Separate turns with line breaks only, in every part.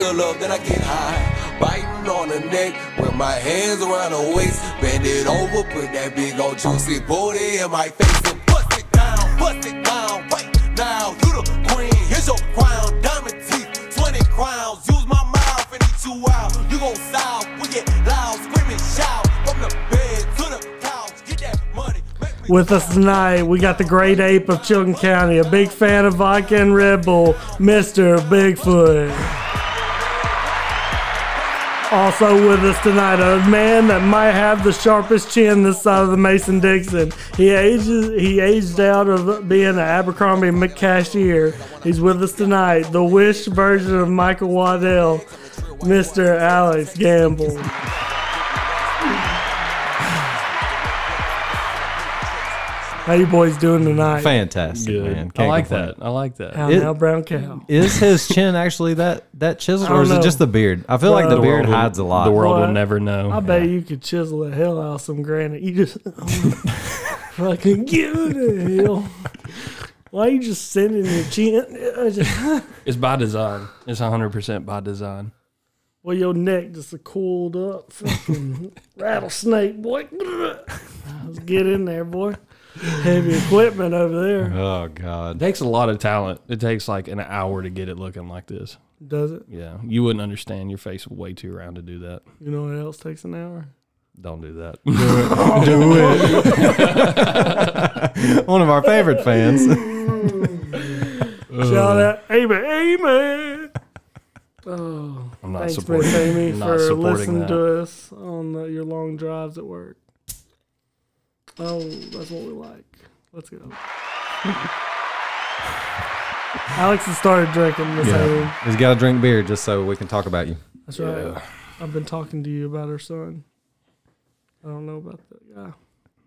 the love that I get high. Biting on the neck with my hands around her waist. Bend it over, put that big old juicy booty in my face and bust it down, bust it down. Right now, you the queen, here's your crown. Diamond teeth, 20 crowns. Use my mouth and eat you out. You gon' sound, we get loud, screaming, shout. From the bed to the couch, get that money. make me
With us tonight, we got the great ape of Chilton County, a big fan of vodka and Red Bull, Mr. Bigfoot. Also with us tonight, a man that might have the sharpest chin this side of the Mason Dixon. He ages, he aged out of being an Abercrombie McCashier. He's with us tonight, the wish version of Michael Waddell, Mr. Alex Gamble. How you boys doing tonight?
Fantastic,
Good.
man.
I
Can't
like
complain.
that. I like that.
Cow
It-
now, brown cow.
Is his chin actually that that chiseled,
I don't
or is
know.
it just the beard? I feel like
Well,
the
The
beard
world will-
hides a lot.
The world
What?
will never know.
I bet you could chisel the hell out of some granite. You just fucking get the hell. Why you just sending your chin? I just-
It's by design. It's 100% by design.
well, your neck just a cooled up fucking rattlesnake, boy. Let's get in there, boy. Heavy equipment over there.
Oh
It
God!
takes a lot of talent. It takes like an hour to get it looking like this.
Does it?
Yeah. You wouldn't understand. Your face way too round to do that.
You know what else takes an hour?
Don't do that.
One of our favorite fans.
Shout out, Amy, Amy. Oh,
I'm not
thanks,
supporting
Miss Amy,
not
for
supporting
listening
that.
to us on the, your long drives at work. Oh, that's what we like. Let's go. Alex has started drinking, Miss Amy.
yeah. He's got to drink beer just so we can talk about you.
That's right. I've been talking to you about her son. I don't know about that guy.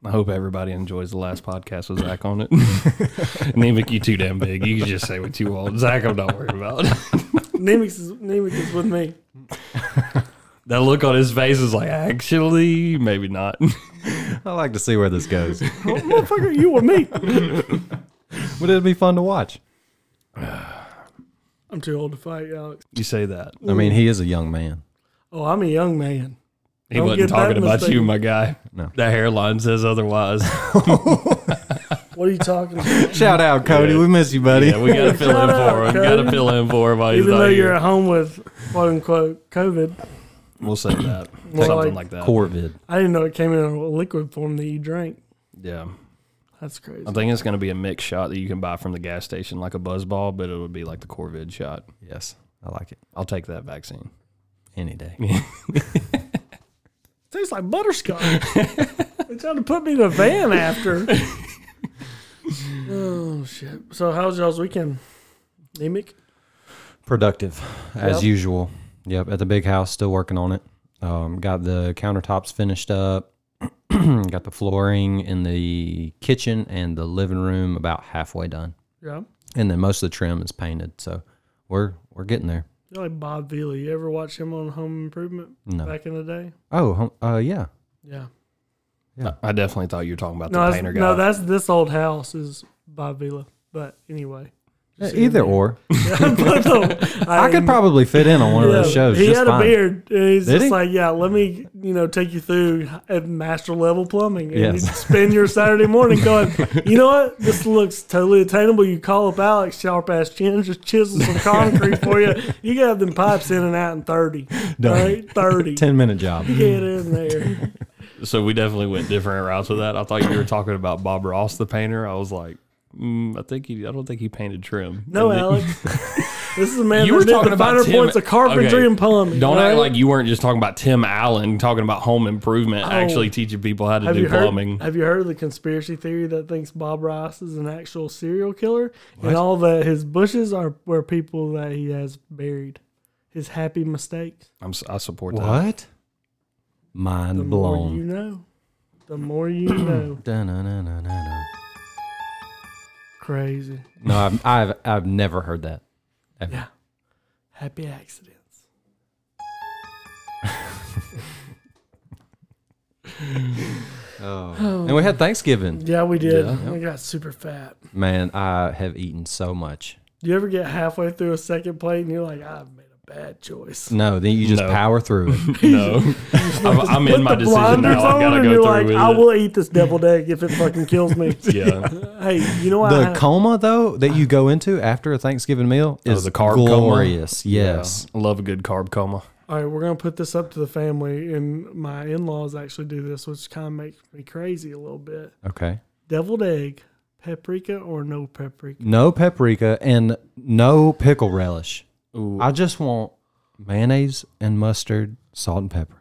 I hope everybody enjoys the last podcast with Zach on it. Nemec, you too damn big. You can just say what you want. Zach, I'm not worried about.
Nemix is, Nemix is with me.
that look on his face is like, actually, maybe not.
I like to see where this goes.
Oh, motherfucker, you with me.
Would it be fun to watch?
I'm too old to fight, Alex.
you say that.
I mean, he is a young man.
Oh, I'm a young man.
He
Don't
wasn't
get that
talking about
mistaken.
you, my guy.
No.
That hairline says otherwise.
What are you talking about?
Shout out, Cody.
Yeah.
We miss you, buddy.
yeah, we got to fill
Shut
in
up,
for him.
Cody.
Got to fill in for him while Oh, he's
Even though
not
you're
here.
at home with quote unquote COVID,
We'll say that.
More
Something
like-
like that.
Corvid.
I didn't know it came in a liquid form that you drank.
Yeah.
That's crazy.
I think it's going to be a mixed shot that you can buy from the gas station, like a buzz ball, but it would be like the Corvid shot.
Yes, I like it
I'll take that vaccine.
any day.
tastes like butterscotch. they tried to put me in a van after. oh shit! So how's y'all's weekend? Nemec?
productive as
Yep.
usual. Yep, at the big house, still working on it. Um, got the countertops finished up. got the flooring in the kitchen and the living room about halfway done,
Yeah.
and then most of the trim is painted. So we're we're getting there.
You're like Bob Vila. You ever watch him on Home Improvement
No.
back in the day?
Oh, hum- uh, yeah.
Yeah.
I definitely thought you were talking about
No,
the
that's,
painter guy.
no, that's this old house is Bob Vila. But anyway.
Yeah,
Just so you
Either
know.
or,
But um, the-
I could
mean-
probably fit in on one of those
Yeah,
shows.
He
just
had
fine.
a beard. And he's
Did
just
he?
like, yeah, let me, you know, take you through at master level plumbing. And
Yes.
you spend your Saturday morning going, you know what? This looks totally attainable. You call up Alex, sharp ass chin, just chisel some concrete for you. You got them pipes in and out in 30.
Done.
Right? 30.
Ten minute job.
Get in there.
so we definitely went different routes with that. I thought you were talking about Bob Ross, the painter. I was like, mm, I think he. I don't think he painted trim.
No,
And then-
Alex. This is a man
You
that
were
did
talking
the
about
finer
Tim-
points of carpentry
okay.
and plumbing.
Don't
right?
act like you weren't just talking about Tim Allen, talking about home improvement, actually teaching people how to
Oh. Have
do
you
plumbing.
heard? Have you heard of the conspiracy theory that thinks Bob Ross is an actual serial killer, and all the his bushes are were people that he has buried, his happy mistakes.
I'm, si support that.
What?
The
Mind
more you
blown.
know, the more you know.
Dun-dun-dun-dun-dun-dun.
Crazy,
No, I've, I've I've never heard that. Ever.
yeah. Happy accidents. Oh.
And we had Thanksgiving.
Yeah, we did. We got super fat.
Man, I have eaten so much.
Do you ever get halfway through a second plate and you're like, I've made a bad choice.
No, then you just
No.
power through it.
No, I'm, I'm in my decision now. I've got to
and you're
go
like,
through
I
with
will eat this deviled egg if it fucking kills me.
it. Yeah,
Hey, you know what?
The
I-
coma though that you go into after a Thanksgiving meal
Oh,
is
the carb coma?
glorious. Yes,
I love a good carb coma.
All right, we're gonna put this up to the family, and my in-laws actually do this, which kind of makes me crazy a little bit.
okay.
Deviled egg, paprika or no paprika?
No paprika and no pickle relish. I just want mayonnaise and mustard, salt and pepper.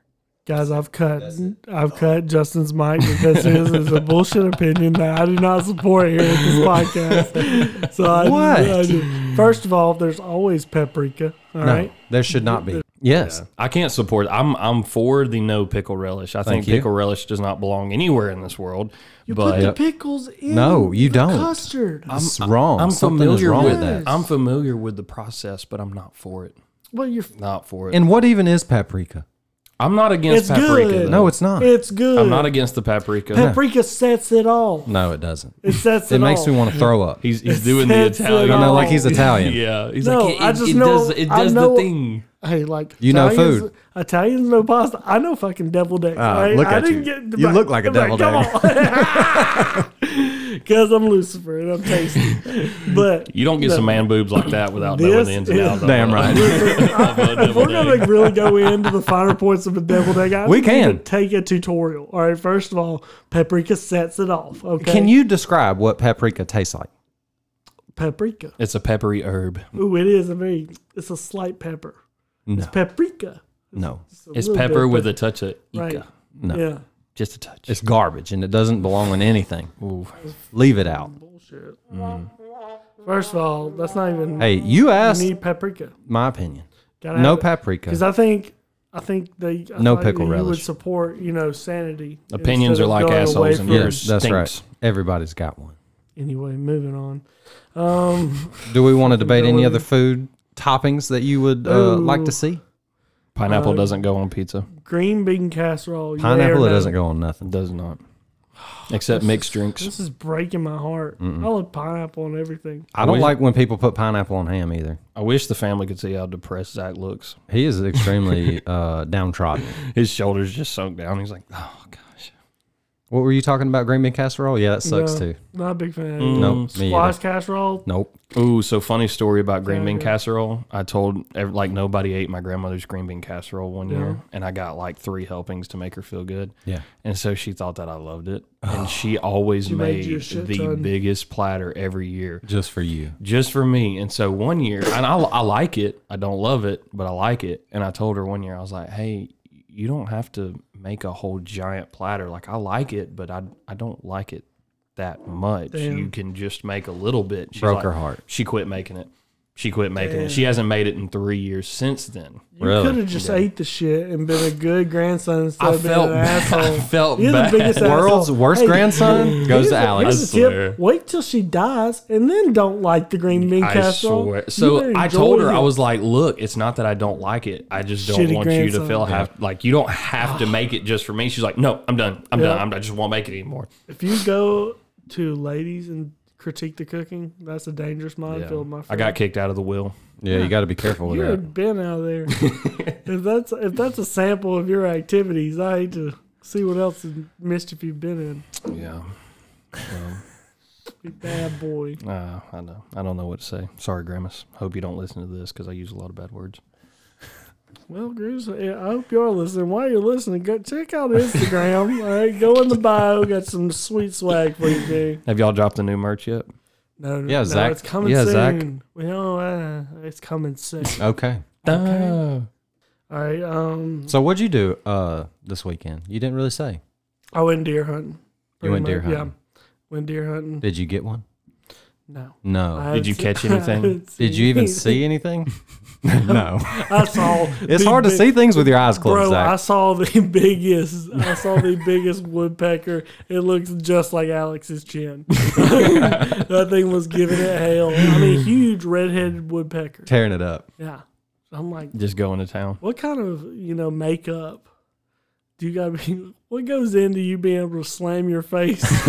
Guys, I've cut, I've
Oh.
cut Justin's mic because his is a bullshit opinion that I do not support here at this podcast. So I,
What?
I do- first of all, there's always paprika. All right.
No, there should not be. Yes,
I can't support. I'm I'm for the no pickle relish. I think
you.
pickle relish does not belong anywhere in this world.
you put
but
the pickles in.
No, you
the
don't.
Custard.
it's wrong. Something is wrong with that.
I'm familiar with the process, but I'm not for it.
well, you're.
Not for it.
And what even is paprika?
I'm not
It's
against paprika.
good.
though.
No, it's not.
It's good.
I'm not against the paprika.
paprika sets it all.
no, it doesn't.
It sets it,
It makes
all.
me want to throw up.
He's he's doing the
It's
Italian.
all-
No, like he's Italian.
Yeah, he's
No,
like it,
I
it-
just
it
know-
does it
I
does
know-
the thing.
Hey, like
You know
Italians,
food.
Italians know pasta. I know fucking deviled eggs.
Ah,
right?
look
I
at
didn't
you.
Get,
You look like a deviled
Because I'm Lucifer and I'm tasty. But
You don't get
No.
some man boobs like that without
This
knowing the ins and
is-
outs. of
Damn
it.
right.
Of a
if we're
deviled
gonna
egg.
really go into the finer points of a deviled egg, I
We
need to
can.
take a tutorial. All right, first of all, paprika sets it off. Okay,
Can you describe what paprika tastes like?
paprika?
It's a peppery herb.
Ooh, it is a very. It's a slight pepper. It's paprika.
No,
It's pepper with a touch of ica,
Right.
no.
Yeah.
just a touch.
It's garbage and it doesn't belong in anything. Leave it out.
Bullshit.
Mm.
First of all, that's not even.
Hey, you
you
asked
need paprika.
my opinion.
Gotta have
No
it. Because
paprika.
I think I think they I
No
thought
pickle
you would
relish.
support you know sanity.
Opinions
instead
are
of
like
going
assholes
away
and
from-
yours
Yes, that's right.
stinks.
Everybody's got one.
Anyway, moving on. Um,
Do we want to debate any
Ability.
other food toppings that you would uh, like to see?
Um,
Pineapple doesn't go on pizza.
green bean casserole. yay or
Pineapple, it
no?
doesn't go on nothing.
Does not. Except mixed drinks.
This is breaking my heart. I love pineapple and everything.
I don't
wish-
like when people put pineapple on ham either.
I wish the family could see how depressed Zach looks.
He is extremely uh, downtrodden.
His shoulders just sunk down. He's like, oh gosh.
What were you talking about? Green bean casserole? Yeah, that sucks
No,
too.
Not a big fan.
Mm,
Nope. me either.
Squash casserole.
Nope.
Ooh, so funny story about green bean casserole. I told ev- like nobody ate my grandmother's green bean casserole one year, and I got like three helpings to make her feel good.
Yeah.
and so she thought that I loved it, and she always
made
made,
you a shit
the
ton.
biggest platter every year
Just for you.
just for me. And so one year, and I, I like it. I don't love it, but I like it. And I told her one year, I was like, hey, you don't have to make a whole giant platter. Like I like it, but I I don't like it that much. You can just make a little bit. She's
Broke
like-
her heart.
She quit making it. She quit making it. She hasn't made it in three years since then.
You could have just ate the shit and been a good grandson instead
I
of being
felt
an
bad. I
asshole.
felt
You're
bad.
the biggest asshole.
World's worst
Hey,
grandson goes to
Here's the-
Alex.
here's the tip.
swear.
Wait till she dies, and then don't like the green bean
I
casserole.
swear.
You
So
better
I told her
enjoy
I
it.
was like, "Look, it's not that I don't like it. I just don't
Shitty
want you
grandson.
to feel have, like you don't have to make it just for me." She's like, "No, I'm done. I'm done. I'm, I just won't make it anymore."
If you go to ladies and critique the cooking, that's a dangerous minefield, my
I
friend.
got kicked out of the will.
Yeah, you got to be careful with
you
that.
had been out of there. if that's if that's a sample of your activities, I hate to see what else mischief you've been in.
Yeah,
You bad boy.
uh, I know. I don't know what to say. Sorry, Grimace. Hope you don't listen to this because I use a lot of bad words.
Well, Grease, I hope you are listening. While you're listening, go check out Instagram. all right, go in the bio. Got some sweet swag for you, dude.
Have y'all dropped the new merch yet?
No,
Yeah,
no,
Zach.
It's coming
Yeah,
soon.
Zach.
We know uh, it's coming soon.
Okay.
Okay.
all right. Um,
So what'd you do uh, this weekend? You didn't really say.
I went Oh, deer hunting.
You went deer
Pretty much,
hunting.
Yeah, went deer hunting.
Did Oh, you get one?
No.
No.
I
Did you
haven't
catch
seen- I
anything?
haven't
Did
seen
you even
anything.
see anything? no.
I saw.
It's
the
hard to
big-
see things with your eyes closed,
Bro, I
Zach.
saw the biggest. I saw the biggest woodpecker. It looks just like Alex's chin. that thing was giving it hell. I mean, huge red-headed woodpecker.
Tearing it up.
Yeah, I'm like,
Just going to town.
what kind of you know makeup you gotta be what goes into you being able to slam your face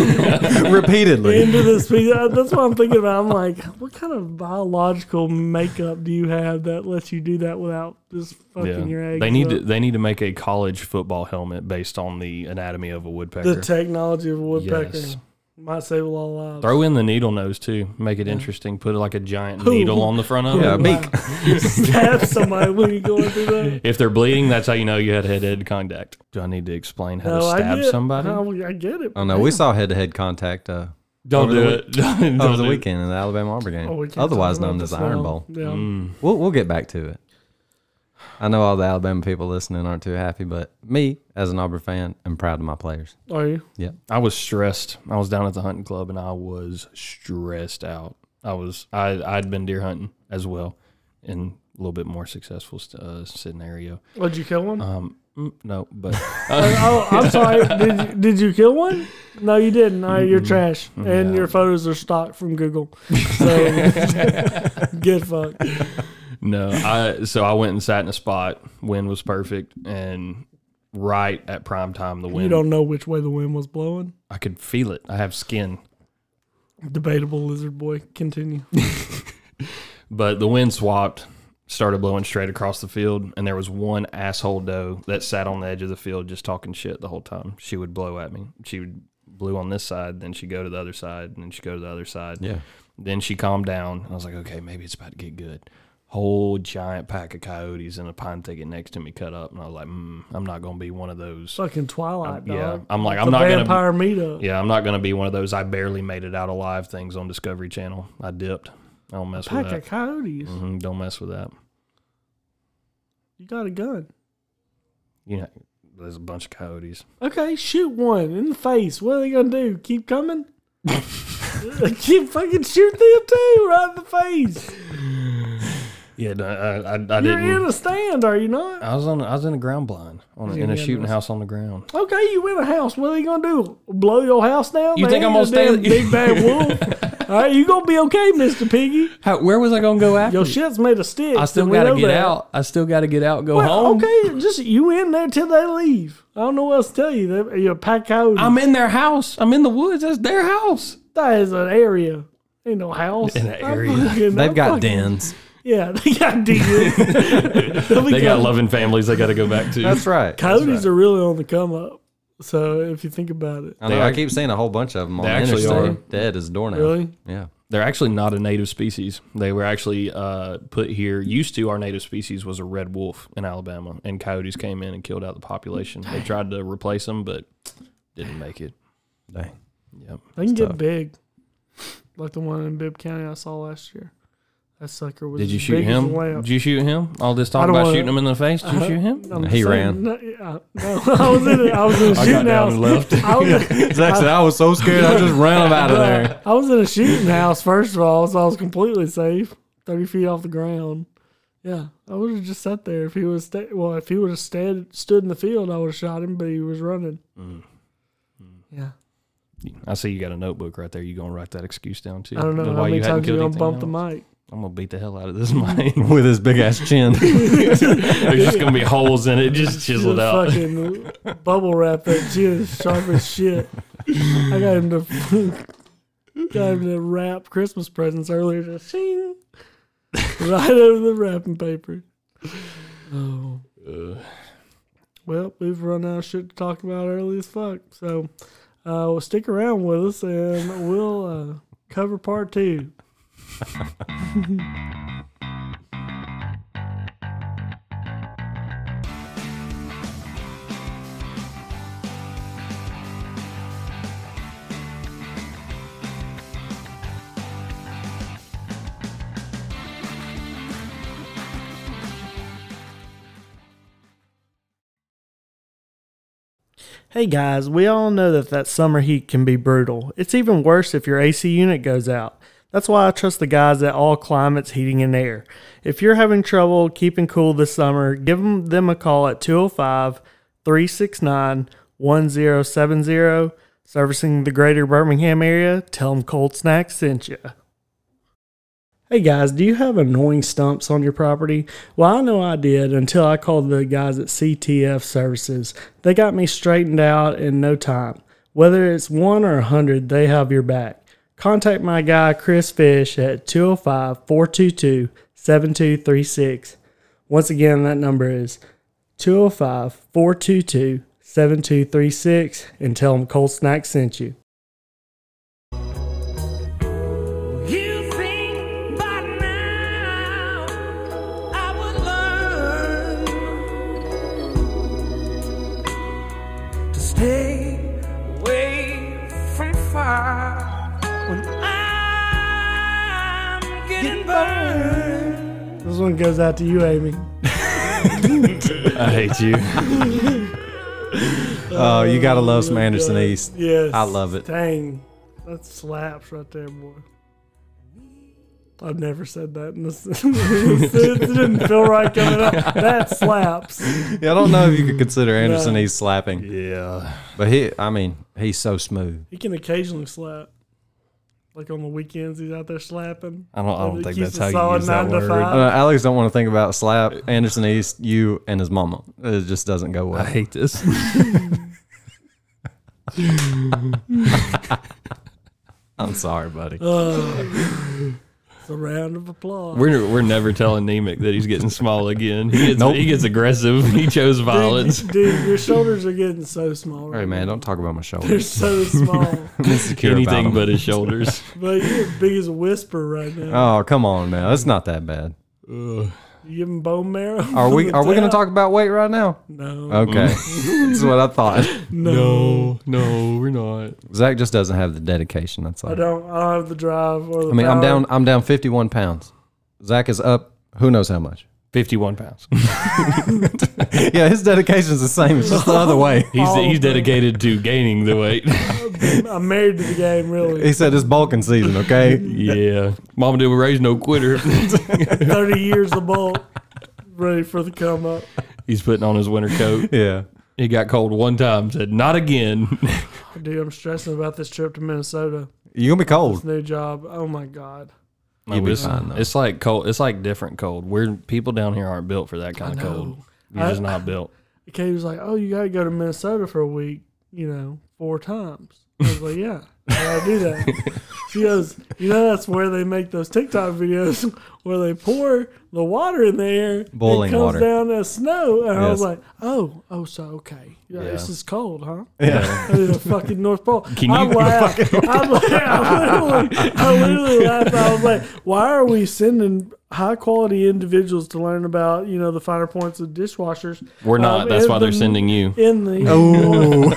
Repeatedly.
into this piece? Uh, That's what I'm thinking about. I'm like, what kind of biological makeup do you have that lets you do that without just fucking your eggs?
They need
up?
to they need to make a college football helmet based on the anatomy of a woodpecker.
the technology of a woodpecker
Yes.
might save a lot of lives.
Throw in the needle nose too. Make it interesting. Put like a giant
Who-
needle on the front of
Yeah,
it.
beak.
Stab somebody when you're going through that.
If they're bleeding, that's how you know you had head to head contact. Do I need to explain how to stab
get,
somebody?
No, I get it.
Oh no, we saw head-to-head contact uh,
Don't
Over
do
the
it. Don't
over the
do it.
weekend in the Alabama Arbor game,
Oh, we can't
otherwise
talk about
known as
this
the Iron
now.
Bowl. Mm.
Yeah.
We'll we'll get back to it. I know all the Alabama people listening aren't too happy, but me as an Auburn fan, I'm proud of my players.
Are you?
I was stressed. I was down at the hunting club and I was stressed out. I was I I'd been deer hunting as well, and a little bit more successful uh, scenario.
Would you kill one?
Um, mm, no, but
oh, I'm sorry. Did you, did you kill one? No, you didn't. No, you're trash, and your photos are stocked from Google. So get fucked.
no. I so I went and sat in a spot. Wind was perfect, and right at prime time, the
You
wind.
don't know which way the wind was blowing.
I could feel it. I have skin.
Debatable lizard boy. Continue.
But the wind swapped, started blowing straight across the field, and there was one asshole doe that sat on the edge of the field just talking shit the whole time. She would blow at me. She would blew on this side, then she'd go to the other side, and then she'd go to the other side.
Yeah.
Then she calmed down. I was like, okay, maybe it's about to get good. Whole giant pack of coyotes in a pine thicket next to me cut up, and I was like, mm, I'm not gonna be one of those.
Fucking Twilight. Dog.
Yeah, I'm like,
It's
I'm
a
not gonna. be-
vampire meetup.
Yeah, I'm not gonna be one of those. I barely made it out alive things on Discovery Channel. I dipped. I don't mess with
Pack
that.
of coyotes.
Mhm, don't mess with that.
You got a gun.
you know, there's a bunch of coyotes.
Okay, shoot one in the face. What are they gonna do? Keep coming? Keep fucking shoot them too, right in the face.
Yeah, no, I, I, I
You're in
didn't.
a stand, are you not?
I was on. I was in a ground blind on
You're
in a
in
shooting
a-
house on the ground.
Okay, you in a house. What are they gonna do? Blow your house down?
You
They
think
ain't
I'm
no
gonna stay-
damn big bad wolf? All right, you gonna be okay, Mister Piggy?
How, where was I gonna go after?
Your shit's made of sticks.
I still
and we
gotta
know
get
that.
out. I still gotta get out. and Go
Well,
home.
okay, just you in there till they leave. I don't know what else to tell you. They- You're a pack coyote.
I'm in their house. I'm in the woods. That's their house.
that is an area. Ain't no house.
In an
I'm
area.
fucking-
They've
I'm
got
fucking-
dens.
Yeah, they got deals.
They got loving families. They got to go back to.
That's right.
Coyotes are really on the come up. So if you think about it,
I know.
They
I
act-
keep seeing a whole bunch of them on
They
the
actually
interstate.
are.
Dead as a doornail.
Really?
Yeah.
They're actually not a native species. They were actually uh, put here. Used to our native species was a red wolf in Alabama, and coyotes came in and killed out the population. They tried to replace them, but didn't make it.
Dang.
Yep.
they can get
tough.
big. Like the one in Bibb County I saw last year. That sucker was.
Did you
as
shoot
big as
him?
a lamp.
Did you shoot him? All this
I
talk
don't
about
wanna- Uh-huh.
shooting him in the face. Did you shoot him?
I'm
He
saying-
ran.
No, yeah, no, I was in. A, I was in a
got
shooting
down
house.
and left.
I was,
Zach said, I was so scared. I just ran him out of there.
I was in a shooting house first of all, so I was completely safe, thirty feet off the ground. Yeah, I would have just sat there if he was. Sta- well, if he would have stood stood in the field, I would have shot him, but he was running.
Mm.
Yeah.
I see you got a notebook right there. You gonna write that excuse down too?
I don't know
Why
how many
you hadn't
times you're
killed
gonna
anything
bump the
else.
mic.
I'm gonna beat the hell out of this mic.
With his big ass chin.
There's just gonna be holes in it, just chiseled
Just
out.
fucking bubble wrap that shit is sharp as shit. I got him to got him to wrap Christmas presents earlier. Just shing, right over the wrapping paper. Oh. Well, we've run out of shit to talk about early as fuck. So, uh, well, stick around with us and we'll uh, cover part two. Hey guys, we all know that that summer heat can be brutal. It's even worse if your AC unit goes out. That's why I trust the guys at All Climates Heating and Air. If you're having trouble keeping cool this summer, give 'em- them a call at 205 369 1070. Servicing the greater Birmingham area, tell them Cold Snack sent you. Hey guys, do you have annoying stumps on your property? Well, I know I did until I called the guys at CTF Services. They got me straightened out in no time. Whether it's one or a hundred, they have your back. Contact my guy Chris Fish at 205 422 7236. Once again, that number is 205 422 7236 and tell them Cold Snack sent you.
You think by now I would learn to stay away from fire when I'm getting burned.
This one goes out to you, Amy.
I hate you.
Oh, you gotta love some Anderson East.
Yes.
I love it.
Dang. That slaps right there, boy. I've never said that in this. it didn't feel right coming up. That slaps.
Yeah, I don't know if you could consider Anderson East slapping,
yeah.
but he, I mean, he's so smooth.
He can occasionally slap. Like on the weekends, he's out there slapping.
I don't. I don't
It
think
keeps
that's
a
how you
solid
use that
nine to
word.
five.
Uh, Alex don't want to think about slap Anderson East, you and his mama. It just doesn't go well.
I hate this.
I'm sorry, buddy.
Oh. It's a round of applause.
We're, we're never telling Nemec that he's getting small again. He gets, he gets aggressive. He chose violence.
Dude, dude, your shoulders are getting so small.
Hey
Right
man, don't talk about my
They're
shoulders.
so small.
Insecure about
Anything
them.
but his shoulders.
but you're big as a whisper right now.
Uh,
Oh, come on now. It's not that bad.
You giving bone marrow?
Are we
on the
are we gonna
tap?
talk about weight right now?
Uh,
No.
Okay. That's what I thought.
no, no, we're not.
Zach just doesn't have the dedication, that's all.
I
I,
don't. I don't have the drive or the.
mean I'm
power.
down I'm down fifty one pounds. Zach is up who knows how much.
51 pounds.
Yeah, his dedication's the same, it's just the other way.
He's, he's dedicated to gaining the weight.
I'm married to the game, really.
He said it's bulking season, okay?
yeah. Mama did raise no quitter.
Thirty years of bulk, ready for the come up.
he's putting on his winter coat.
Yeah.
He got cold one time, said, not again.
Dude, I'm stressing about this trip to Minnesota.
You're gonna be cold.
New job. Oh my god.
You'll be
it's,
fine, though.
it's like cold. It's like different cold. We're people down here aren't built for that kind of cold. You're
I-
just not built.
Kate was like, "Oh, you gotta go to Minnesota for a week. You know, four times." I was like, "Yeah, I gotta do that." She goes, "You know, that's where they make those TikTok videos where they pour the water in the air,
Boiling
it comes
water.
down as snow." And I was
Yes.
like, "Oh, oh, so okay. Yeah, This is cold, huh?"
Yeah.
I did a fucking North Pole.
Can
I
you-
laughed. I, la- I literally, I literally laughed. I was like, why are we sending high quality individuals to learn about, you know, the finer points of dishwashers?
We're not.
Um,
That's
in
why they're
the-
sending you.
In the oh.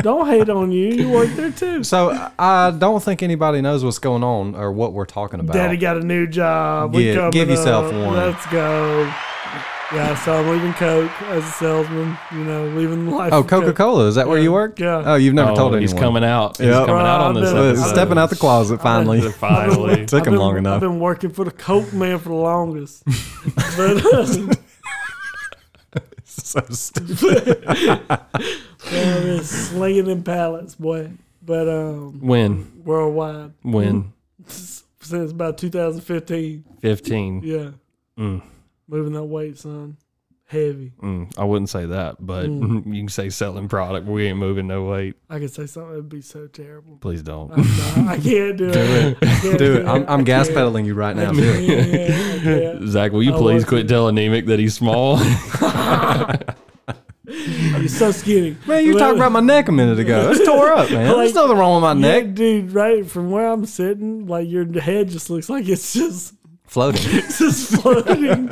don't hate on you. You work there too.
So I- I don't think anybody knows what's going on or what we're talking about.
Daddy got a new job. We
Yeah,
coming
give yourself
up.
one.
Let's go. Yeah, so I'm leaving Coke as a salesman. You know, leaving the life.
oh,
of Coke.
Coca Cola, is that where you work?
Yeah.
Oh, you've never
Oh,
told anyone.
he's coming out. He's
Yeah.
coming out on
Well,
this
I've been-
episode.
I've
Stepping out the closet finally.
Finally.
Took
I've
him
been-
long enough.
I've been working for the Coke man for the longest. but uh,
so stupid.
I've been um, slinging them pallets, boy. But um,
When?
worldwide
Mm.
When?
since about 2015.
15.
Yeah, moving that weight, son. Heavy.
Mm, I wouldn't say that, but
Mm.
you can say selling product. We ain't moving no weight.
I could say something that'd be so terrible.
Please don't.
Uh,
I'm not- I can't do it. I can't
Do it. I'm,
I
I'm gas
can't.
pedaling you right now.
I
Do it.
can't. I can't.
Zach, will you
I
please
want
quit telling Nemec that he's small?
You're so skinny.
Man, you talked about my neck a minute ago. It's tore up, man.
Like-
There's nothing wrong with my
Yeah,
neck.
dude, right from where I'm sitting, like your head just looks like it's just
Floating.
just floating.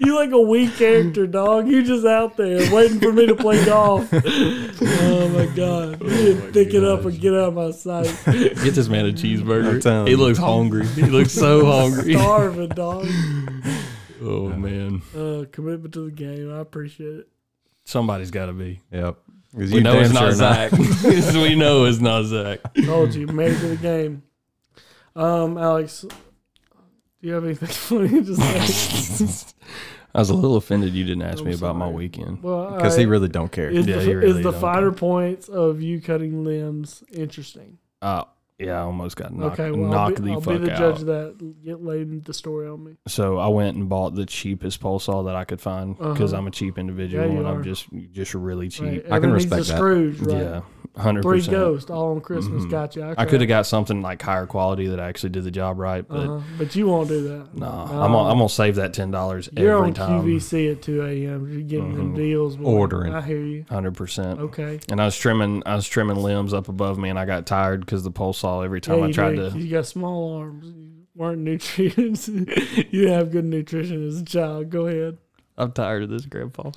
you like a weak character, dog. You just out there waiting for me to play golf. Oh my god! You need
Oh,
to pick it up and get out of my sight.
Get this man a
I'm telling
cheeseburger.
you.
He looks hungry. He looks so hungry.
Starving, dog.
Oh man,
Uh, commitment to the game. I appreciate it.
somebody's got to be.
Yep. 'Cause
We
you
know
damn
it's
sure
not Zach. we know it's not Zach.
Told you, married to the game. Um, Alex, do you have anything funny to say?
I was a little offended you didn't ask me
I'm
about my
sorry.
weekend.
Well,
Because
all
he
right.
really don't care.
Is
Yeah,
the,
he
is
really
the
don't
finer points of you cutting limbs interesting?
Uh, Yeah, I almost got knocked,
Okay, well, I'll
knocked
be,
the
I'll
fuck
be the
out.
judge of that. Get laid the story on me.
So I went and bought the cheapest pole saw that I could find because
Uh-huh.
I'm a cheap individual
Yeah, you
and
are.
I'm just just really
Right.
cheap.
I can
Everything's a
respect that.
Scrooge, right?
Yeah, hundred
Three
percent.
ghosts all on Christmas. Gotcha. Okay.
I could have got something like higher quality that actually did the job right, but
Uh-huh. But you won't do that.
no, I'm gonna, I'm gonna save that ten dollars
You're
every
on
time,
QVC at 2 a.m. You're getting them deals. boy.
Ordering.
I hear you.
hundred percent.
Okay.
And I was trimming I was trimming limbs up above me, and I got tired because the pole saw every time
yeah,
I
you
tried
do.
to.
You got small arms. You weren't nutrients. you didn't have good nutrition as a child. Go ahead.
I'm tired of this, Grandpa.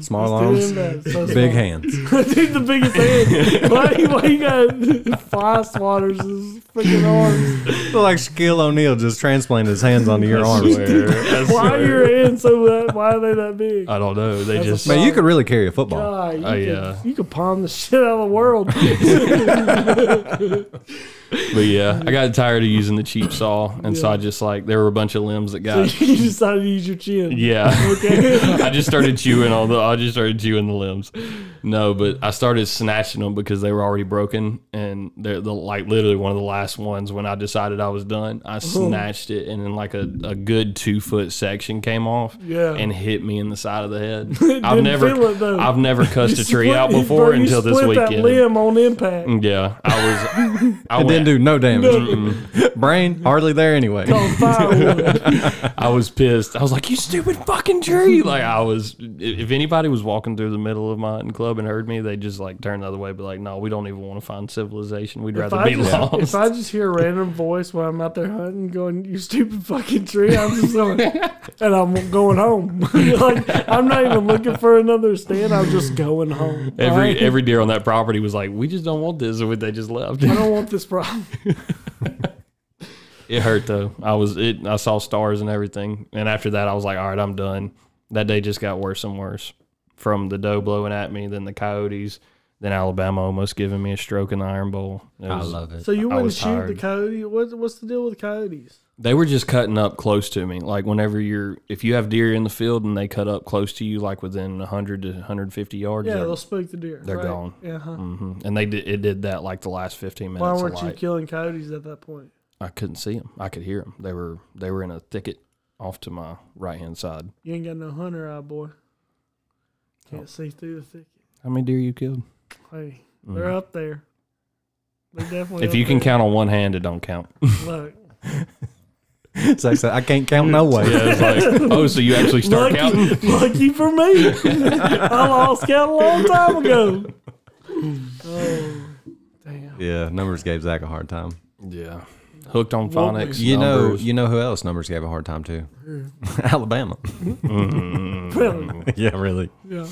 Small
Let's
arms,
do them back. So
big
small.
hands.
Dude, the biggest hand. why, why you got fly swatters as freaking arms?
Look like Shaquille O'Neal just transplanted his hands onto your arms.
I,
Why are your hands so that? Why are they that big?
I don't know. They
That's a
just
Man, you could really carry a football.
God, you,
Oh,
could,
yeah.
you could palm the shit out of the world.
But yeah, I got tired of using the cheap saw, and so
Yeah.
I just like there were a bunch of limbs that
you
got
decided to use your chin.
yeah.
Okay.
I just started chewing all the I just started chewing the limbs. No, but I started snatching them because they were already broken, and they're the like literally one of the last ones. When I decided I was done, I snatched it, and then like a, a good two foot section came off,
Yeah.
and hit me in the side of the head.
Didn't
I've
feel it,
never
though.
I've never cussed
You
a tree
split-
out
you-
before
bro, you
until this
split
weekend. Mm.
that limb on impact.
Yeah, I was.
It
I went-
didn't do no damage. Brain hardly there anyway.
On firewood.
I was pissed. I was like, "You stupid fucking tree!" Like I was. If anybody was walking through the middle of my hunting club and heard me, they just like turn the other way. Be like, "No, we don't even want to find civilization. We'd
if,
rather
I
be
just,
lost."
if I just hear a random voice while I'm out there hunting, going, "You stupid fucking tree," I'm just going, and I'm going home. like I'm not even looking for another stand. I'm just going home.
every
Alright?
every deer on that property was like, "We just don't want this," and they just left.
I don't want this problem.
it hurt though. I was. It. I saw stars and everything. And after that, I was like, "All right, I'm done." That day just got worse and worse. From the doe blowing at me, then the coyotes, then Alabama almost giving me a stroke in the iron bowl. It
I
was-
love it.
So you
I
wouldn't
was
shoot the
tired.
coyote. What, what's the deal with coyotes?
They were just cutting up close to me. Like whenever you're, if you have deer in the field and they cut up close to you, like within 100 to 150 yards,
Yeah,
they're-
they'll spook the deer.
they're gone.
Yeah. huh
Mhm. and they did, it did that like the last 15 minutes.
Why
of
weren't you
light.
killing coyotes at that point?
I couldn't see them. I could hear them. They were they were in a thicket off to my right hand side.
You ain't got no hunter eye, boy.
Oh.
Can't see through the thicket.
How many deer you killed?
Hey, they're
Mhm.
up there. They're definitely.
If
up
you can
there.
count on one hand, it don't count.
look,
So I said, I can't count no way.
Yeah, it's like, oh, so you actually start counting?
lucky, lucky for me, I lost count a long time ago. Oh, damn!
Yeah, numbers gave Zach a hard time.
Yeah. Hooked on
Well,
phonics.
You know,
numbers.
you know who else numbers gave a hard time to? Alabama.
Really?
yeah, really.
Yeah,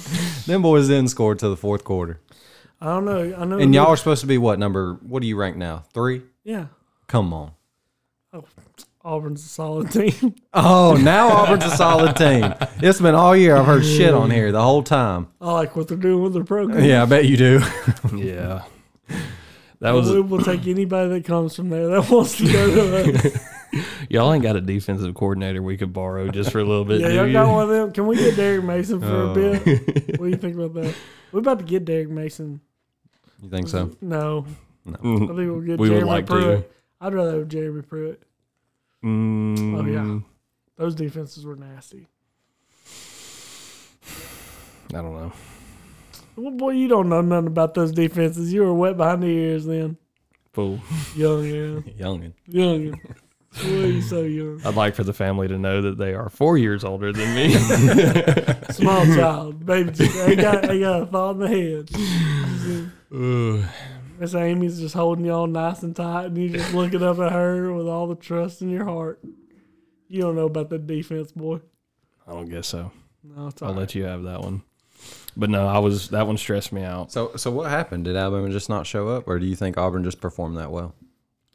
Them boys didn't score till the fourth quarter.
I don't know. I know.
And
who-
y'all are supposed to be what number? What do you rank now? Three?
yeah,
Come on.
Auburn's a solid team.
Oh, now Auburn's a solid team. It's been all year. I've heard shit on here the whole time.
I like what they're doing with their program.
Yeah, I bet you do.
yeah. That was
we will take anybody that comes from there that wants to go to us.
Y'all ain't got a defensive coordinator we could borrow just for a little bit,
Yeah,
do
y'all
you?
got one of them. Can we get Derek Mason for
Oh.
a bit? What do you think about that? We're about to get Derek Mason.
You think so?
No, I
Mm,
think we'll get
We would
Jeremy
like to.
Pruitt. I'd rather have Jeremy Pruitt.
mm,
Oh yeah, those defenses were nasty.
I don't know.
Well, boy, you don't know nothing about those defenses. You were wet behind the ears then,
Fool.
young man,
Youngin.
young. man. Boy, you so young,
I'd like for the family to know that they are four years older than me.
small child, baby. Just, I got, I got a thought in the head. Miss Amy's just holding y'all nice and tight, and you just looking up at her with all the trust in your heart. You don't know about the defense, boy.
I don't guess so.
No, it's
I'll
all right.
let you have that one. But no, I was that one stressed me out.
So, so what happened? Did Alabama just not show up, or do you think Auburn just performed that well?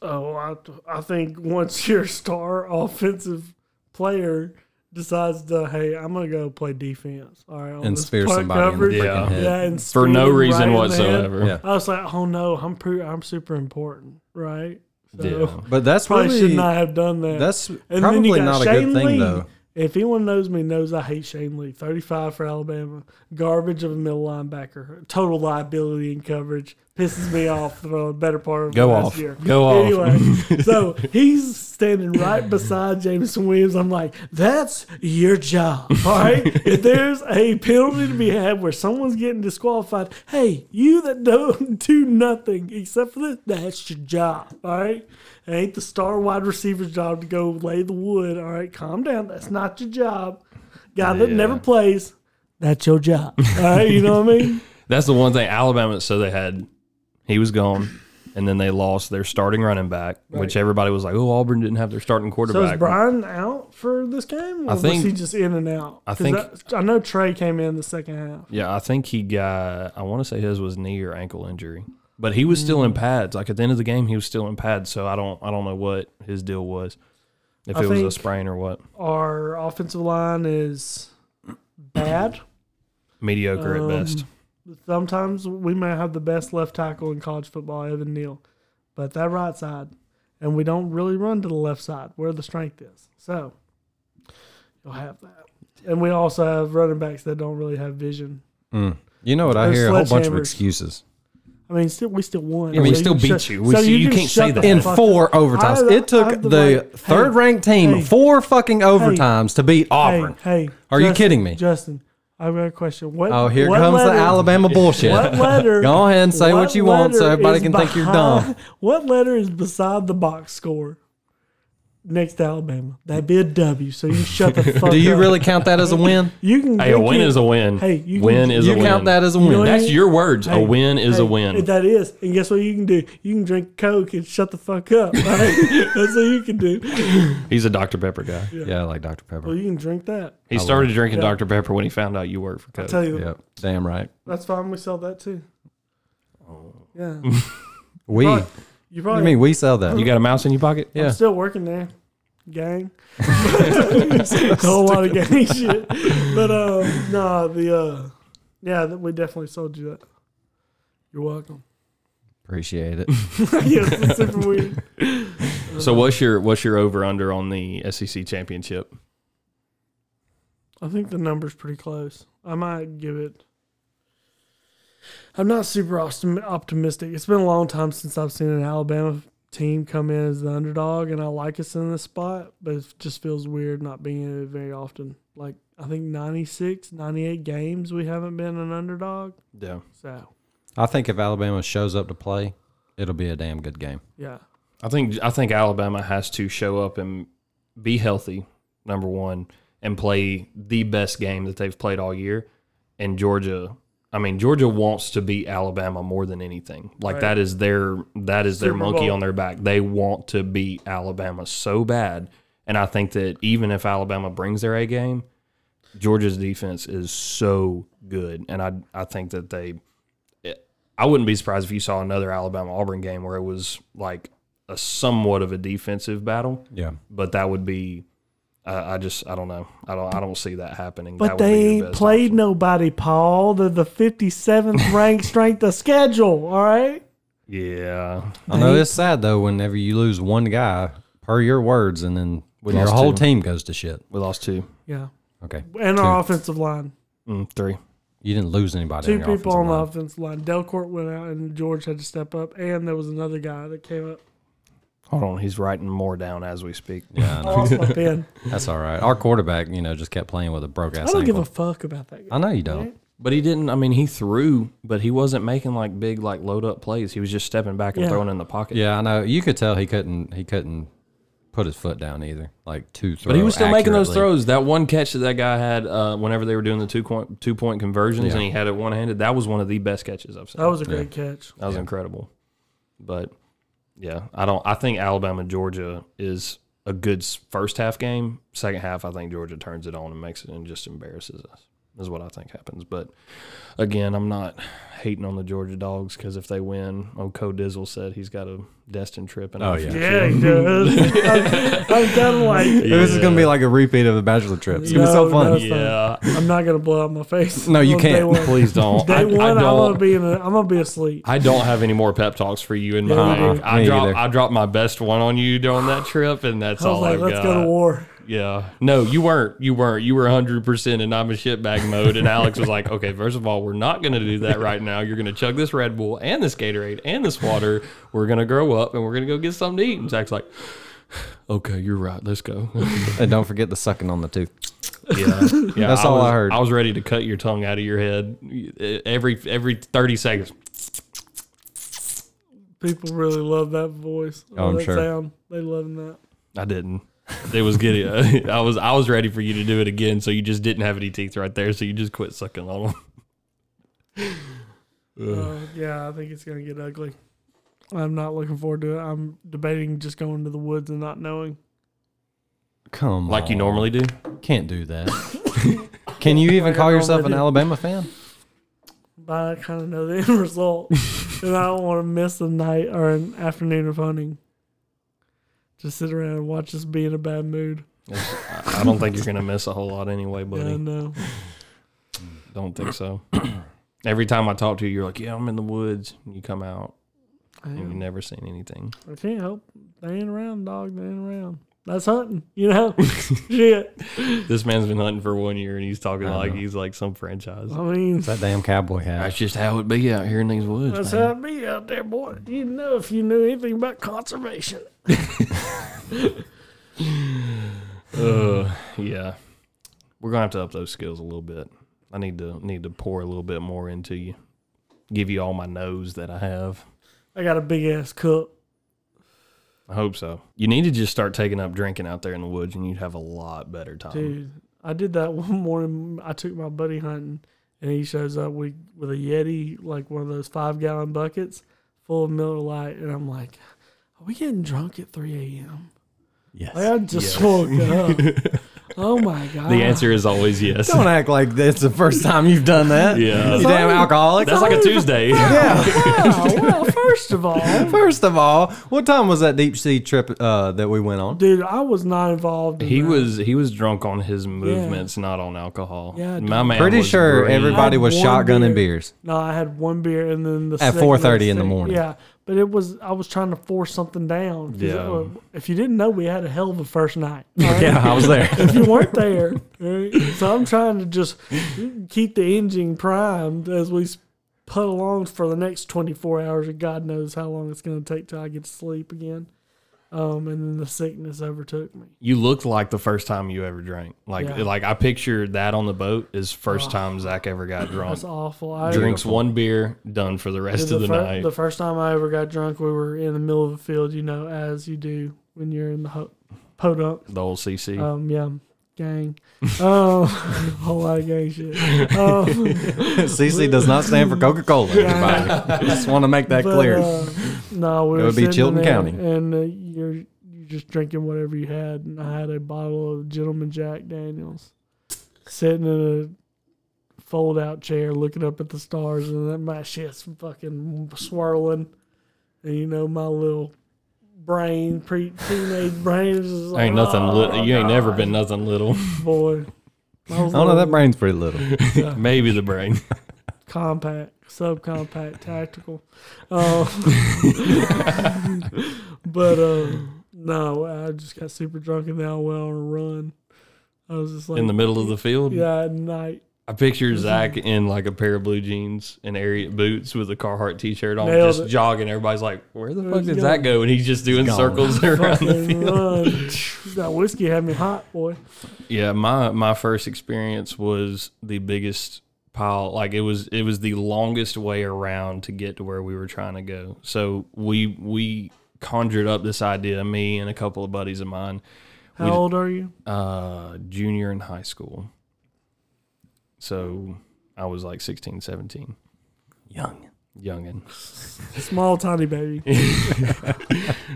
Oh, I, I think once your star offensive player decides to, hey, I'm going to go play defense. All right. on
And
this
spear
punt
somebody in the
coverage.
freaking
Yeah.
head.
Yeah, and
For
spear
no
them right
reason
in the head.
whatsoever.
Yeah.
I was like, oh no, I'm pre- I'm super important, right? So
Yeah.
But that's
probably
really
should not have done that.
that's
and then you
probably
got
not a
Shane
good thing
Lee.
though.
If anyone knows me, knows I hate Shane Lee. 35 for Alabama. Garbage of a middle linebacker. Total liability in coverage. pisses me off for the better part of
Go
last
off.
year.
Go off.
Anyway, so he's standing right beside Jameson Williams. I'm like, that's your job. All right. if there's a penalty to be had where someone's getting disqualified, hey, you that don't do nothing except for this, that's your job. All right. It ain't the star wide receiver's job to go lay the wood. All right. Calm down. That's not your job. Guy that
Yeah.
never plays. That's your job. All right. You know what I mean?
That's the one thing Alabama. So they had he was gone, and then they lost their starting running back, which everybody was like, "Oh, Auburn didn't have their starting
So
quarterback."
is Brian out for this game? Or
I
was
think-
he just in and out?
I
'Cause
think-
that- I know Trey came in the second half.
yeah, I think he got. I want to say his was knee or ankle injury, but he was still in
Mm.
pads. Like at the end of the game, he was still in pads. So I don't. I don't know what his deal was. If
I
it was a
think-
sprain or what,
Our offensive line is bad.
mediocre
Um,
at best.
Sometimes we may have the best left tackle in college football, Evan Neal, but that right side, and we don't really run to the left side where the strength is. So you'll have that. And we also have running backs that don't really have vision.
You know what? I
Those
hear a whole bunch of
sledgehammers.
excuses.
I mean, still we still won.
I mean,
So
still
can
beat
shut-
you. We- so you
can
can't say
shut the
that.
In
fuck
four
up.
overtimes.
I-
it took
I have
the,
right- hey,
third ranked team
hey,
four fucking overtimes to
hey,
beat Auburn.
Hey,
Are you kidding me?
Justin? I've got a question. What?
Oh, here
what
comes
letter-
the Alabama bullshit.
What letter?
Go ahead and say what you want so
letter
everybody
is
can think you're
behind-
dumb.
What letter is beside the box score? Next to Alabama, that'd be a W. So you shut the fuck up.
Do you really count that as a win?
You can.
Hey,
you
a win
can-
is a win.
Hey, you can-
win is
you
a win.
count that as a
know
win.
what?
That's your words.
Hey,
a win is
hey,
a win.
That is, and guess what you can do? You can drink Coke and shut the fuck up. Right? That's what you can do.
He's a Dr Pepper guy.
Yeah, I like Dr. Pepper.
Well, you can drink that.
He started drinking Dr Pepper when he found out you worked for Coke.
Tell you,
Yep, damn right.
that's fine. We sell that too. Yeah.
We.
Right.
What
You
do
probably
you Oh. mean we sell that?
You got a mouse in your pocket?
Yeah.
I'm still working there, gang. a whole lot of gang shit. But um, no, the uh, yeah, th- we definitely sold you that. You're welcome.
Appreciate it.
yes, it's super weird.
So what's your what's your over under on the SEC championship?
I think the number's pretty close. I might give it. I'm not super optim- optimistic. It's been a long time since I've seen an Alabama team come in as the underdog, and I like us in this spot, but it just feels weird not being in it very often. Like, I think 96, 98 games we haven't been an underdog.
Yeah.
So,
I think if Alabama shows up to play, it'll be a damn good game.
yeah.
I think I think Alabama has to show up and be healthy, number one, and play the best game that they've played all year. And Georgia I mean, Georgia wants to beat Alabama more than anything. Like
Right.
that is their that is their
Super
monkey
Bowl.
on their back. They want to beat Alabama so bad. And I think that even if Alabama brings their A game, Georgia's defense is so good, and I I think that they, I wouldn't be surprised if you saw another Alabama Auburn game where it was like a somewhat of a defensive battle,
Yeah.
but that would be, I I just I don't know, I don't I don't see that happening.
But
that would
they
be your
ain't
best
played
option.
nobody, Paul. They're the 57th ranked strength of schedule, all right?
Yeah,
I know it's sad though whenever you lose one guy per your words and then when your
lost
whole
two.
team goes to shit.
we lost two,
Yeah.
Okay.
And our offensive line.
mm, three.
You didn't lose anybody.
Two
on your
people on the
offensive
offensive line. Delcourt went out, and George had to step up, and there was another guy that came up.
Hold on, he's writing more down as we speak.
line. Yeah, I
I
know.
lost my pen.
that's all right. Our quarterback, you know, just kept playing with a broke
I
ass
don't give
ankle.
a fuck about that guy.
I know you don't.
But he didn't. I mean, he threw, but he wasn't making like big, like load up plays. He was just stepping back and
Yeah.
throwing in the pocket.
Yeah, I know. You could tell he couldn't. He couldn't put his foot down either. Like two throws.
But he was still making those throws. That one catch that that guy had uh, whenever they were doing the two point, two point conversions, and he had it one handed. That was one of the best catches I've seen.
That was a great catch.
That was incredible. But yeah, I don't. I think Alabama Georgia is a good s- first half game. Second half, I think Georgia turns it on and makes it and just embarrasses us. Is what I think happens. But again, I'm not hating on the Georgia dogs because if they win, oh, Co Dizzle said he's got a destined trip. And
Oh, yeah.
Yeah, he does. I'm, I'm kind of like,
This is gonna be like a repeat of the bachelor trip. It's gonna be so
No,
fun.
no.
yeah.
I'm not gonna blow out my face.
No, you
on day
can't.
one.
Please don't.
Day
I, I
one, I am gonna
don't.
be in. A, I'm gonna be asleep.
I don't have any more pep talks for you in
Yeah, me
mind.
neither.
I
Me
dropped
either.
I dropped my best one on you during that trip, and that's
I was
all
like,
I've
let's
got.
go to war.
Yeah. No, you weren't. You weren't. You were 100% in I'm a shitbag mode. And Alex was like, okay, first of all, we're not going to do that right now. You're going to chug this Red Bull and this Gatorade and this water. We're going to grow up and we're going to go get something to eat. And Zach's like, okay, you're right. Let's go.
And don't forget the sucking on the tooth.
Yeah, yeah.
That's all I
was-
heard.
I was ready to cut your tongue out of your head every every thirty seconds.
People really love that voice.
Oh, I'm
that
sure.
sound. They loving that.
I didn't. It was good. I was I was ready for you to do it again. So you just didn't have any teeth right there. So you just quit sucking on them.
Uh, yeah, I think it's gonna get ugly. I'm not looking forward to it. I'm debating just going to the woods and not knowing.
Come
like you
on.
normally do.
Can't do that. Can you even call
I'm
yourself
with
an
you.
Alabama fan?
But I kind of know the end result, and I don't want to miss a night or an afternoon of hunting. Just sit around and watch us be in a bad mood.
I I don't think you're gonna miss a whole lot anyway, buddy.
Yeah, I know.
Don't think so. Every time I talk to you, you're like, "Yeah, I'm in the woods." And you come out,
I,
and you've
am.
never seen anything.
I can't help. it. They ain't around, dog. They ain't around. That's hunting, you know. Shit.
This man's been hunting for one year, and he's talking
I
like
know. Oh.
he's like some franchise.
I mean,
That damn cowboy hat.
That's just how it be out here in these woods.
That's
man.
how it be out there, boy. You know if you knew anything about conservation.
Uh, yeah. We're gonna have to up those skills a little bit. I need to need to pour a little bit more into you. Give you all my nose that I have.
I got a big ass cook.
I hope so. You need to just start taking up drinking out there in the woods, and you'd have a lot better
Um,
time.
Dude, I did that one morning. I took my buddy hunting, and he shows up with, with a Yeti, like one of those five gallon buckets full of Miller Lite. And I'm like, are we getting drunk at 3 a.m.?
Yes.
Like, I just woke up. oh my God.
The answer is always yes.
Don't act like that's the first time you've done that.
Yeah.
You damn alcoholic.
That's like a Tuesday.
yeah.
Wow. Well, first of all,
First of all, what time was that deep sea trip uh, that we went on?
dude, I was not involved. In
He
that.
was he was drunk on his movements, not on alcohol.
Yeah,
my
dude.
man.
Pretty
was
sure
green.
everybody was
One
shotgun and
beer.
beers.
No, I had one beer and then the
At
sick-
4:30 in the
sick-
morning.
Yeah, but it was I was trying to force something down. 'cause it
Yeah.
was- if you didn't know, we had a hell of a first night. all right?
Yeah, I was there.
If you weren't there, all right? so I'm trying to just keep the engine primed as we s- puddle on for the next 24 hours, and God knows how long it's going to take till I get to sleep again. Um, and then the sickness overtook me.
You looked like the first time you ever drank. Like
Yeah. Oh.
like I picture that on the boat is first time Zach ever got drunk.
That's awful. I
drinks one beer, done for the rest
Dude,
of the
fir-
night.
the first time I ever got drunk, we were in the middle of a field, you know, as you do when you're in the ho- podunk.
the old CC.
Um, yeah, gang. Um, whole lot of gang shit. Um,
CC does not stand for Coca Cola, everybody. I just want to make that
but,
clear.
uh, no, we
It
were
would be
sitting
Chilton
there,
County.
and uh, you're you're just drinking whatever you had. And I had a bottle of Gentleman Jack Daniels, sitting in a fold-out chair, looking up at the stars, and that my shit's fucking swirling. And you know, my little brain, pre teenage brain, is just like,
ain't nothing.
"Oh,
Li- you ain't never been nothing little.
boy. I was
I don't know.
little.
That brain's pretty little.
Maybe the brain.
compact, subcompact, tactical. Uh, but uh, no, I just got super drunk and then I went on a run. I was just like
In the middle of the field,
yeah at night.
I picture Zach in like a pair of blue jeans and Ariat boots with a Carhartt T-shirt on,
Nailed
just
it.
jogging. Everybody's like, "Where the fuck
Where's
did
he
Zach go?" And he's just doing
gone.
circles around the
Fucking run. that whiskey had me hot, boy.
Yeah, my my first experience was the biggest pile. Like it was it was the longest way around to get to where we were trying to go. So we we conjured up this idea, me and a couple of buddies of mine,
How
We d-
old are you?
uh, junior in high school. So I was like 16, 17,
Young.
youngin.
Small, tiny baby.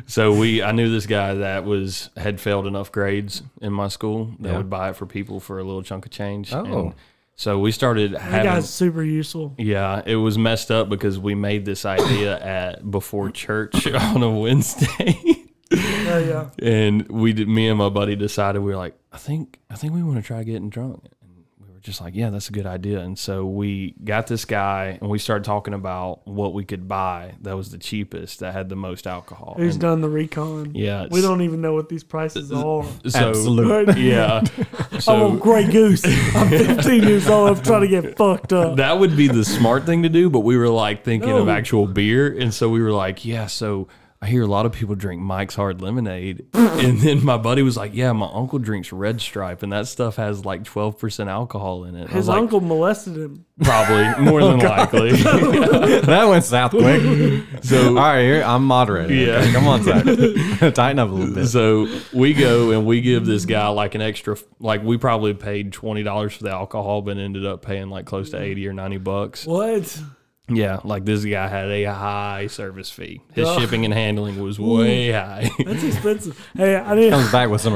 So we, I knew this guy that was had failed enough grades in my school that
Yeah.
would buy it for people for a little chunk of change.
Oh.
And so we started
That
having.
guy's super useful.
Yeah, it was messed up because we made this idea at before church on a Wednesday,
Yeah, yeah.
and we did. Me and my buddy decided we were like, I think, I think we want to try getting drunk, and we were we're just like, yeah, that's a good idea. And so we got this guy and we started talking about what we could buy that was the cheapest, that had the most alcohol.
Who's
And
done the recon?
Yeah,
We
it's-
don't even know what these prices are.
so,
Right?
Yeah.
I
So
want Grey Goose. I'm 15 years old. I'm trying to get fucked up.
that would be the smart thing to do, but we were like thinking of
Oh. No.
actual beer. And so we were like, yeah, so I hear a lot of people drink Mike's Hard Lemonade. and then my buddy was like, yeah, my uncle drinks Red Stripe, and that stuff has like 12% alcohol in it. And I was
His
like,
uncle Oh, molested him.
probably, more than likely.
that went south quick.
so,
All right, here I'm moderating.
Yeah.
Okay, come on, Zach. Tighten up a little bit.
so we go and we give this guy like an extra, like we probably paid $20 for the alcohol, but ended up paying like close
Mm.
to 80 or 90 bucks.
What?
Yeah, like this guy had a high service fee. His shipping and handling was way high.
That's expensive. Hey, I need,
Comes back with some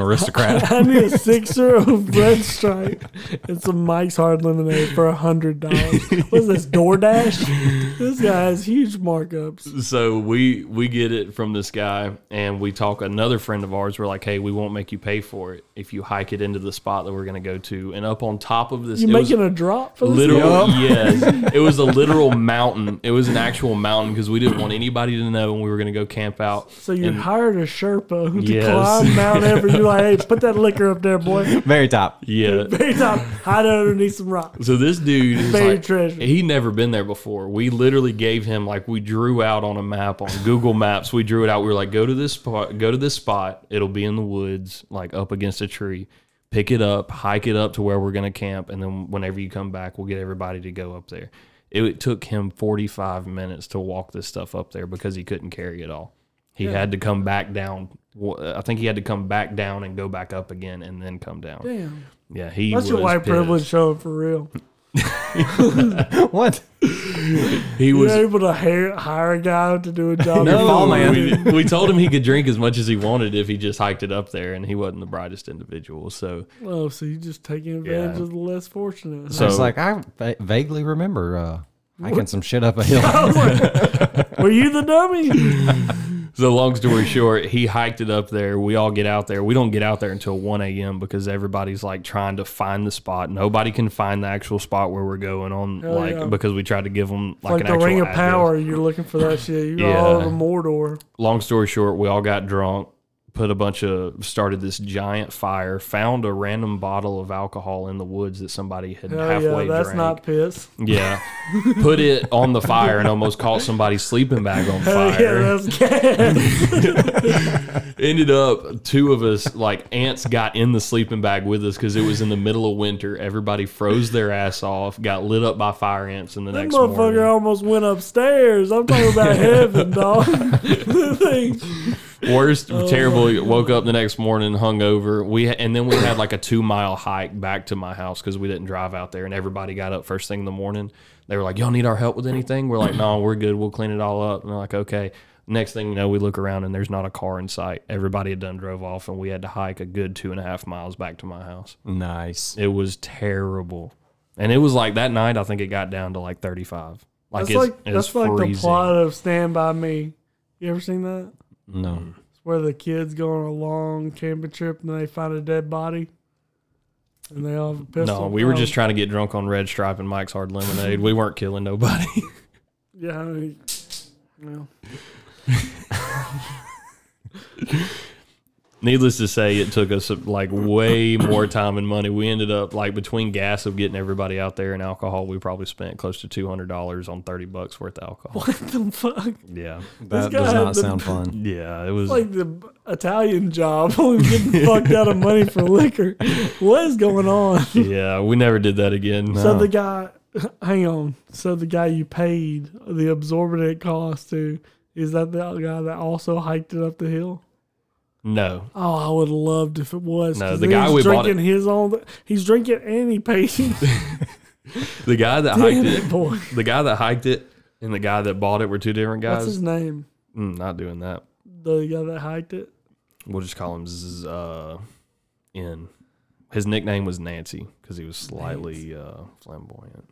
aristocrat.
I need a sixer of red stripe and some Mike's Hard Lemonade for a hundred dollars. What's this DoorDash? This guy has huge markups.
so we we get it from this guy, and we talk another friend of ours. We're like, hey, we won't make you pay for it if you hike it into the spot that we're gonna go to. And up on top of this,
You
it was
making a drop for this?
literal yes, it was a literal mountain. It was an actual mountain because we didn't want anybody to know when we were gonna go camp out.
So you
And-
hired a Sherpa who
Yes.
climb Mount Everest. You're like, hey, put that liquor up there, boy.
Very top.
yeah.
Very top, hide underneath some rocks.
So this dude is
Buried
like,
treasure.
he'd never been there before. We literally gave him like we drew out on a map on Google Maps. We drew it out. We were like, go to this spot, go to this spot. It'll be in the woods, like up against a tree. Pick it up, hike it up to where we're gonna camp, and then whenever you come back, we'll get everybody to go up there. It, took him forty five minutes to walk this stuff up there because he couldn't carry it all. He had to come back down. Wha- I think he had to come back down and go back up again, and then come down.
Damn.
Yeah, he.
That's your
was
white
pissed.
privilege showing for real.
What?
He
You're
was
able to hire, hire a guy to do a job.
No,
you fall in.
We, we told him he could drink as much as he wanted if he just hiked it up there, and he wasn't the brightest individual. So
Oh, so you just taking advantage
Yeah.
of the less fortunate.
So-
it's like I va- vaguely remember uh, hiking some shit up a hill.
Were you the dummy?
So long story short, he hiked it up there. We all get out there. We don't get out there until 1 a.m. because everybody's like trying to find the spot. Nobody can find the actual spot where we're going on,
Hell
like
yeah.
because we tried to give them like,
Like,
an
the
actual
Ring of
address.
Power, you're looking for that shit. You're all
Yeah.
over Mordor.
Long story short, we all got drunk, put a bunch of started this giant fire, found a random bottle of alcohol in the woods that somebody had
Hell
halfway
Oh, yeah, that's
drank.
not piss.
Yeah. Put it on the fire and almost caught somebody's sleeping bag on
Hell yeah,
fire.
that's gas.
Ended up, two of us, like ants, got in the sleeping bag with us because it was in the middle of winter. Everybody froze their ass off, got lit up by fire ants in the
that
next
motherfucker
morning.
almost went upstairs. I'm talking about heaven, dog. the thing.
Worst,
Oh
terrible. Woke up the next morning hungover. We and then we had like a two mile hike back to my house because we didn't drive out there, and everybody got up first thing in the morning. They were like, "Y'all need our help with anything?" We're like, "No, we're good. We'll clean it all up." And they're like, "Okay." Next thing you know, we look around and there's not a car in sight. Everybody had done drove off, and we had to hike a good two and a half miles back to my house.
nice.
It was terrible, and it was like that night. I think it got down to like 35. Like
That's
it's,
like
it's
that's like the
freezing.
plot of Stand by Me. You ever seen that?
No.
It's where the kids go on a long camping trip and they find a dead body, and they all have a pistol.
No, we were
Um,
just trying to get drunk on Red Stripe and Mike's Hard Lemonade. We weren't killing nobody.
yeah. I mean, well,
Needless to say, it took us like way more time and money. We ended up like between gas of getting everybody out there and alcohol, we probably spent close to two hundred dollars on thirty bucks worth of alcohol.
what the fuck?
Yeah,
That
guy
does
had
not
the-
sound fun.
yeah, it
It's
was.
like the Italian job, only getting fucked out of money for liquor. What is going on?
yeah, we never did that again.
So the guy, hang on. So the guy you paid the absorbent cost to is that the guy that also hiked it up the hill?
no,
Oh, I would have loved if it was.
No,
'cause
the
then
guy
he's
we bought
drinking his own. He's drinking and he pays.
the guy that hiked
Damn
it,
boy.
the guy that hiked it, and the guy that bought it were two different
What's
guys.
his name?
Mm, not doing that.
The guy that hiked it.
We'll just call him Z- uh, N. His nickname was Nancy because he was slightly uh, flamboyant.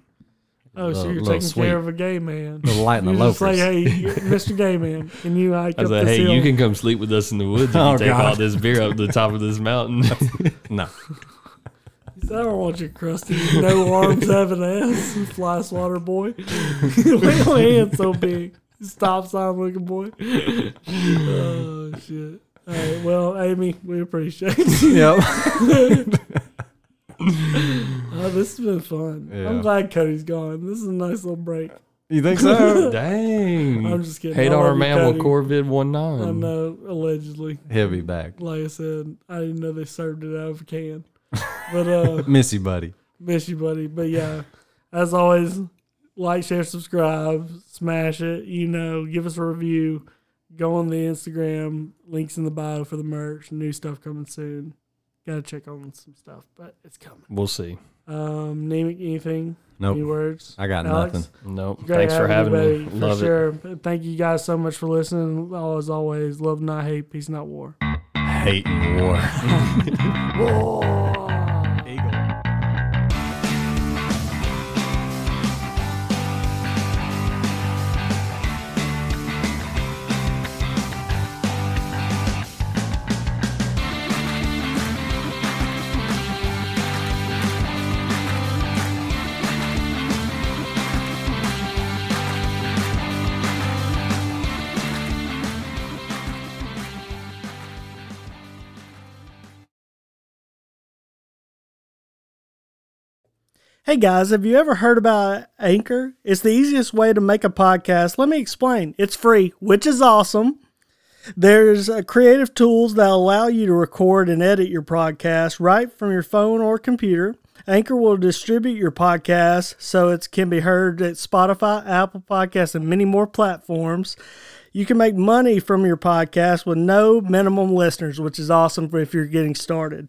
Oh, so
Little-
you're
little
taking
sweet.
care of a gay man.
The light and the
You're just
loafers.
like, hey, Mr. Gay Man, can you hike
I
up
was like,
this
hey,
hill?
you can come sleep with us in the woods if you
Oh,
take all
God.
this beer up the top of this mountain.
no.
I don't want you crusty, no arms, having ass, fly swatter boy. Little hand so big, stop sign looking boy. Oh shit! All right, well, Amy, we appreciate you.
Yep.
Oh, this has been fun. I'm
Yeah.
glad Cody's gone. This is a nice little break.
You think so?
Dang.
I'm just kidding.
Hmm. Hate
I
on
love
our
you,
man with
Cody.
Corvid
I
19.
know, allegedly.
He'll be back.
Like I said, I didn't know they served it out of a can. But uh,
Miss you, buddy.
miss you, buddy. But yeah, as always, like, share, subscribe, smash it. You know, give us a review. Go on the Instagram. Links in the bio for the merch. New stuff coming soon. Got to check on some stuff, but it's coming.
We'll see.
Um, name it anything. Any
Nope.
words?
I got
Alex?
nothing.
Nope.
Great
Thanks for having
you,
me.
buddy,
Love
for
it.
sure. And Thank you guys so much for listening. Oh, As always, love not hate, peace not war.
Hating war.
Hey guys, have you ever heard about Anchor? It's the easiest way to make a podcast. Let me explain. It's free, which is awesome. There's uh, creative tools that allow you to record and edit your podcast right from your phone or computer. Anchor will distribute your podcast so it can be heard at Spotify, Apple Podcasts, and many more platforms. You can make money from your podcast with no minimum listeners, which is awesome for if you're getting started.